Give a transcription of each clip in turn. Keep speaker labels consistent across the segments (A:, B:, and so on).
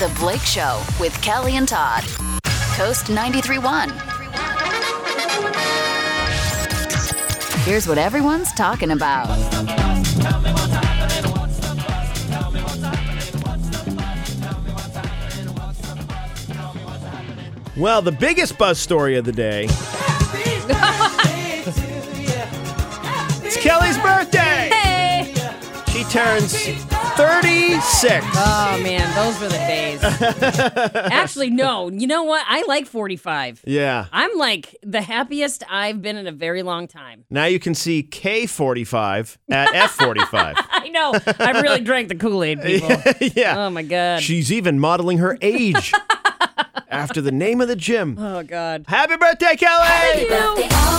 A: The Blake Show with Kelly and Todd. Coast 93.1. Here's what everyone's talking about.
B: Well, the biggest buzz story of the day. it's Kelly's birthday.
C: Hey!
B: She turns 36.
C: Oh man, those were the days. Actually, no. You know what? I like 45.
B: Yeah.
C: I'm like the happiest I've been in a very long time.
B: Now you can see K45 at F45.
C: I know. I really drank the Kool Aid, people.
B: yeah.
C: Oh my god.
B: She's even modeling her age after the name of the gym.
C: Oh god.
B: Happy birthday, Kelly!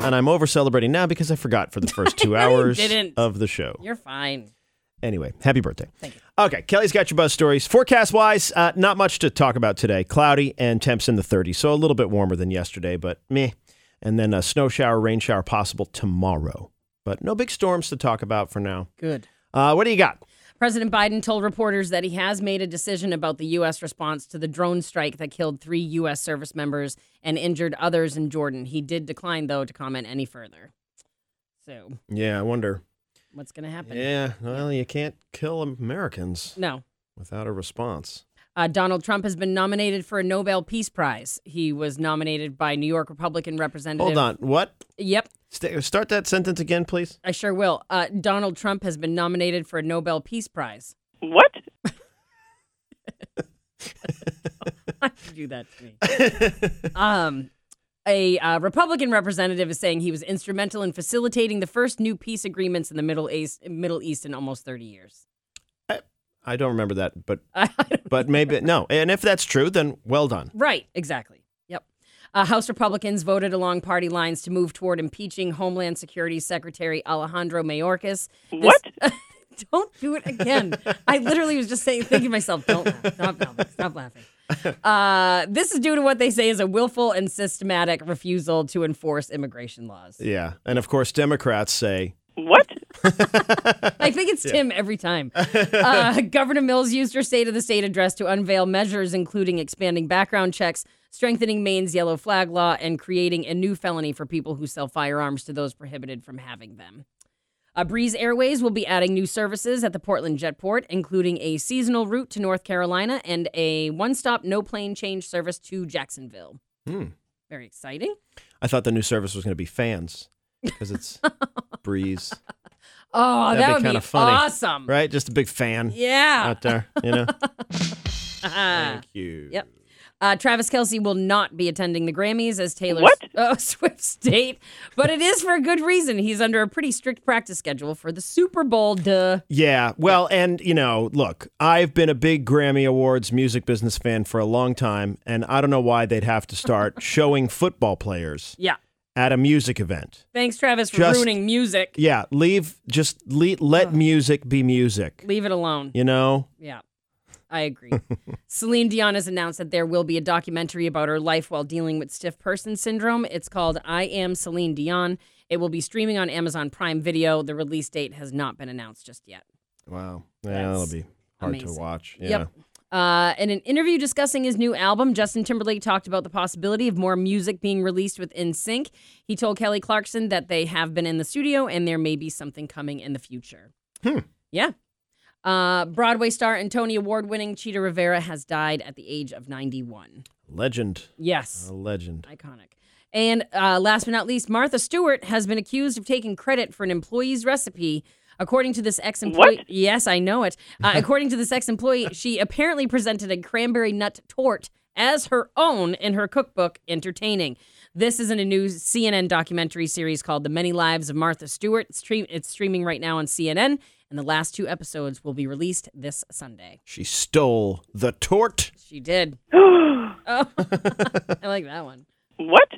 B: And I'm over celebrating now because I forgot for the first two hours
C: didn't.
B: of the show.
C: You're fine.
B: Anyway, happy birthday. Thank you. Okay, Kelly's got your buzz stories. Forecast wise, uh, not much to talk about today. Cloudy and temps in the 30s, so a little bit warmer than yesterday, but meh. And then a snow shower, rain shower possible tomorrow. But no big storms to talk about for now.
C: Good.
B: Uh, what do you got?
C: President Biden told reporters that he has made a decision about the U.S. response to the drone strike that killed three U.S. service members and injured others in Jordan. He did decline, though, to comment any further. So,
B: Yeah, I wonder.
C: what's going to happen?
B: Yeah, well, you can't kill Americans
C: No.
B: without a response.
C: Uh, Donald Trump has been nominated for a Nobel Peace Prize. He was nominated by New York Republican Representative.
B: Hold on. What?
C: Yep,
B: Sta start that sentence again, please.
C: I sure will. Uh, Donald Trump has been nominated for a Nobel Peace Prize.
D: What?
C: Why did you do that to me? um, a uh, Republican representative is saying he was instrumental in facilitating the first new peace agreements in the Middle East, Middle East in almost 30 years.
B: I don't remember that, but but maybe no. And if that's true, then well done.
C: Right, exactly. Yep. Uh, House Republicans voted along party lines to move toward impeaching Homeland Security Secretary Alejandro Mayorkas. This-
D: What?
C: don't do it again. I literally was just saying, thinking to myself, don't laugh, stop laughing, stop laughing. Uh, this is due to what they say is a willful and systematic refusal to enforce immigration laws.
B: Yeah, and of course, Democrats say
D: What?
C: I think it's Tim every time. Uh, Governor Mills used her State of the State address to unveil measures including expanding background checks, strengthening Maine's yellow flag law, and creating a new felony for people who sell firearms to those prohibited from having them. Uh, Breeze Airways will be adding new services at the Portland Jetport, including a seasonal route to North Carolina and a one stop, no plane change service to Jacksonville.
B: Hmm.
C: Very exciting.
B: I thought the new service was going to be fans because it's Breeze,
C: Oh,
B: That'd be
C: that would
B: kinda
C: be
B: funny,
C: awesome.
B: right? Just a big fan
C: Yeah. Uh,
B: out there, you know? Thank you.
C: Yep. Uh, Travis Kelsey will not be attending the Grammys as Taylor
D: What?
C: uh, Swift's date, but it is for a good reason. He's under a pretty strict practice schedule for the Super Bowl. Duh.
B: Yeah. Well, and, you know, look, I've been a big Grammy Awards music business fan for a long time, and I don't know why they'd have to start showing football players
C: Yeah.
B: at a music event.
C: Thanks, Travis, for
B: Just-
C: ruining music.
B: Yeah. Leave, just le- let music be music,
C: Leave it alone.
B: you know?
C: Yeah, I agree. Celine Dion has announced that there will be a documentary about her life while dealing with stiff person syndrome. It's called I Am Celine Dion. It will be streaming on Amazon Prime Video. The release date has not been announced just yet.
B: Wow. Yeah,
C: That's
B: that'll be hard to
C: amazing.
B: watch. Yeah.
C: Yep. Uh, in an interview discussing his new album, Justin Timberlake talked about the possibility of more music being released within sync. He told Kelly Clarkson that they have been in the studio and there may be something coming in the future. Yeah. Uh, Broadway star and Tony Award winning Cheetah Rivera has died at the age of 91.
B: Legend.
C: Yes.
B: A legend.
C: Iconic. And uh, last but not least, Martha Stewart has been accused of taking credit for an employee's recipe. According to this ex employee,
D: What?
C: yes, I know it. Uh, according to this ex employee, she apparently presented a cranberry nut tort as her own in her cookbook, Entertaining. This is in a new CNN documentary series called The Many Lives of Martha Stewart. It's, stream- it's streaming right now on CNN, and the last two episodes will be released this Sunday.
B: She stole the tort.
C: She did. oh, I like that one.
D: What?